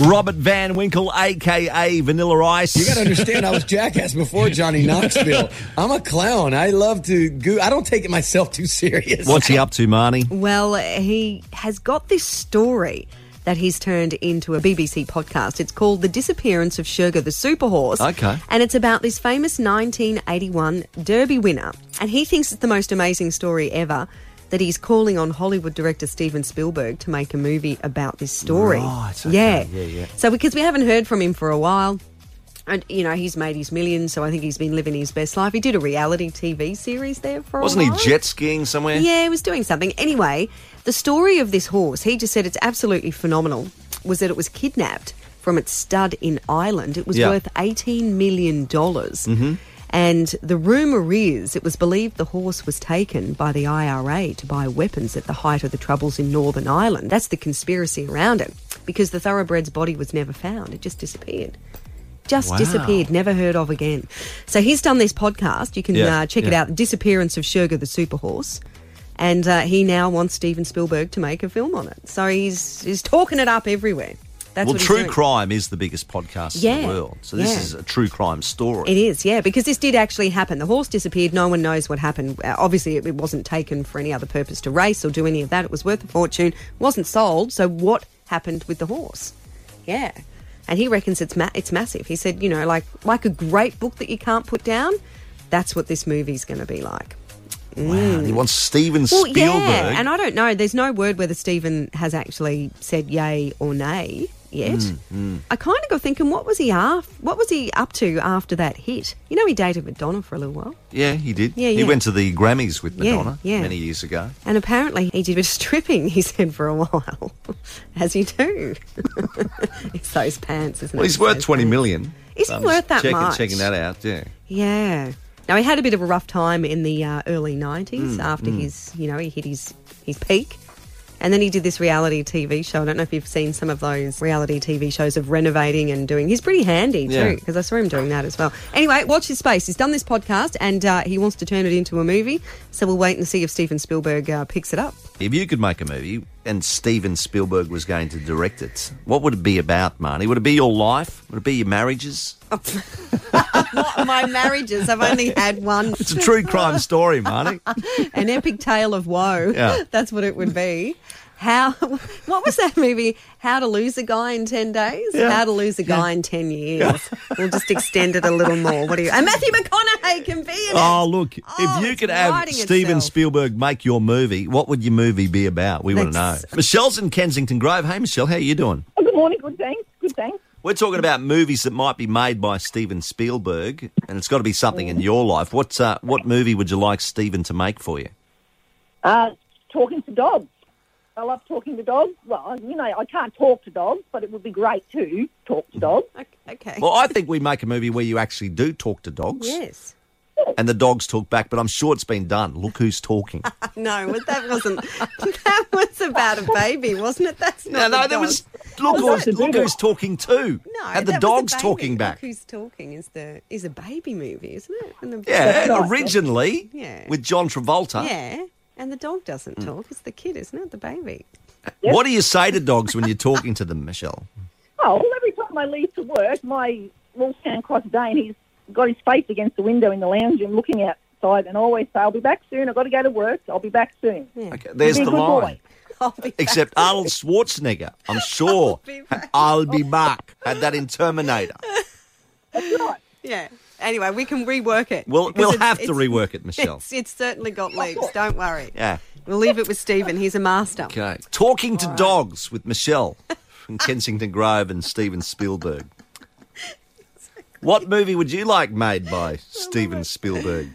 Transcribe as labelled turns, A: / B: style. A: Robert Van Winkle, aka Vanilla Ice.
B: You got to understand, I was jackass before Johnny Knoxville. I'm a clown. I love to go. I don't take it myself too serious.
A: What's he up to, Marnie?
C: Well, he has got this story that he's turned into a BBC podcast. It's called The Disappearance of Sugar the Superhorse.
A: Okay.
C: And it's about this famous 1981 Derby winner. And he thinks it's the most amazing story ever that he's calling on Hollywood director Steven Spielberg to make a movie about this story.
A: Right, okay.
C: Yeah.
A: Yeah, yeah.
C: So because we haven't heard from him for a while, and you know he's made his millions, so I think he's been living his best life. He did a reality TV series there for
A: Wasn't
C: a
A: he
C: while.
A: jet skiing somewhere?
C: Yeah, he was doing something. Anyway, the story of this horse, he just said it's absolutely phenomenal, was that it was kidnapped from its stud in Ireland. It was
A: Yeah. Mm-hmm.
C: worth $18 million. And the rumour is it was believed the horse was taken by the IRA to buy weapons at the height of the troubles in Northern Ireland. That's the conspiracy around it because the thoroughbred's body was never found, it just disappeared. Just
A: Wow.
C: disappeared, never heard of again. So he's done this podcast. You can
A: Yeah,
C: uh, check it
A: yeah.
C: out the disappearance of Sugar the Superhorse. And uh, he now wants Steven Spielberg to make a film on it. So he's he's talking it up everywhere. That's
A: Well,
C: what he's
A: true
C: doing.
A: crime is the biggest podcast in
C: Yeah,
A: the world. So this
C: yeah.
A: is a true crime story.
C: It is, yeah, because this did actually happen. The horse disappeared. No one knows what happened. Uh, obviously, it, it wasn't taken for any other purpose to race or do any of that. It was worth a fortune. wasn't sold. So what happened with the horse? Yeah, and he reckons it's ma- it's massive. He said, you know, like like a great book that you can't put down. That's what this movie's going to be like.
A: Wow. He wants Steven
C: Well,
A: Spielberg.
C: yeah, and I don't know. There's no word whether Stephen has actually said yay or nay yet.
A: Mm,
C: I kind of got thinking, what was he af- What was he up to after that hit? You know, he dated Madonna for a little while,
A: yeah, he did.
C: Yeah,
A: He
C: yeah.
A: went to the Grammys with
C: Yeah,
A: Madonna
C: yeah.
A: many years ago.
C: and apparently he did a bit of stripping. He said for a while, as you do. it's those pants, isn't it?
A: Well, he's
C: It's
A: worth
C: those
A: twenty
C: pants.
A: million.
C: Is
A: So
C: he
A: I'm just
C: worth that
A: checking,
C: much?
A: Checking that out, yeah.
C: Yeah. Now he had a bit of a rough time in the uh, early '90s after his, you know, he hit his his peak, and then he did this reality TV show. I don't know if you've seen some of those reality TV shows of renovating and doing. He's pretty handy
A: Yeah.
C: too because I saw him doing that as well. Anyway, watch his space. He's done this podcast and uh, he wants to turn it into a movie. So we'll wait and see if Steven Spielberg uh, picks it up.
A: If you could make a movie and Steven Spielberg was going to direct it, what would it be about, Marnie? Would it be your life? Would it be your marriages?
C: What my marriages? I've only had one.
A: It's a true crime story, Marnie.
C: an epic tale of woe.
A: Yeah.
C: That's what it would be. How? What was that movie? How to lose a guy in ten days?
A: Yeah.
C: How to lose a guy in ten years? We'll just extend it a little more. What do you? And Matthew McConaughey can be in it.
A: Oh, look,
C: Oh,
A: if you
C: it's
A: could have
C: writing
A: Steven
C: itself.
A: Spielberg make your movie, what would your movie be about? We want to know.
C: That's-
A: Michelle's in Kensington Grove. Hey, Michelle, how you doing?
D: Oh, good morning. Good thanks. Good thanks.
A: We're talking about movies that might be made by Steven Spielberg, and it's got to be something in your life. What, uh, what movie would you like Steven to make for you?
D: Uh, talking to dogs. I love talking to dogs. Well, you know, I can't talk to dogs, but it would be great to talk to dogs.
C: O- Okay.
A: Well, I think we make a movie where you actually do talk to dogs.
C: Yes.
A: and the dogs talk back, but I'm sure it's been done. Look who's talking.
C: No, but that wasn't. that was about a baby, wasn't it? That's
A: no,
C: not.
A: no, there
C: the dog.
A: was look,
D: Was
A: who's,
D: it?
A: look who's talking too.
C: No,
A: and the
C: that was a
A: dogs
C: baby.
A: talking
C: Look
A: back.
C: who's talking is the is a baby movie, isn't it? And the,
A: Yeah, eh, originally
C: Yeah.
A: with John Travolta.
C: Yeah. And the dog
A: Mm.
C: doesn't talk. It's the kid, isn't it? The baby.
A: What do you say to dogs when you're talking to them, Michelle?
D: Oh, well, every time I leave to work, my Wolfhound Cross Dane, he's got his face against the window in the lounge room looking outside and I always say, I'll be back soon. I've got to go to work. I'll be back soon.
A: Okay, there's
D: Be a
A: the
D: good
A: line.
D: boy.
C: I'll be back.
A: Except Arnold Schwarzenegger, I'm sure.
C: be back.
A: I'll be back. Had that in Terminator.
C: Yeah. Anyway, we can rework it.
A: We'll,
C: because
A: we'll
C: it's-
A: have to
C: it's-
A: rework it, Michelle.
C: It's, it's certainly got legs. Don't worry.
A: Yeah.
C: We'll leave it with Stephen. He's a master.
A: Okay. Talking to dogs with Michelle from Kensington Grove and Steven
C: Oh
A: Spielberg. What movie would you like made by Steven Spielberg?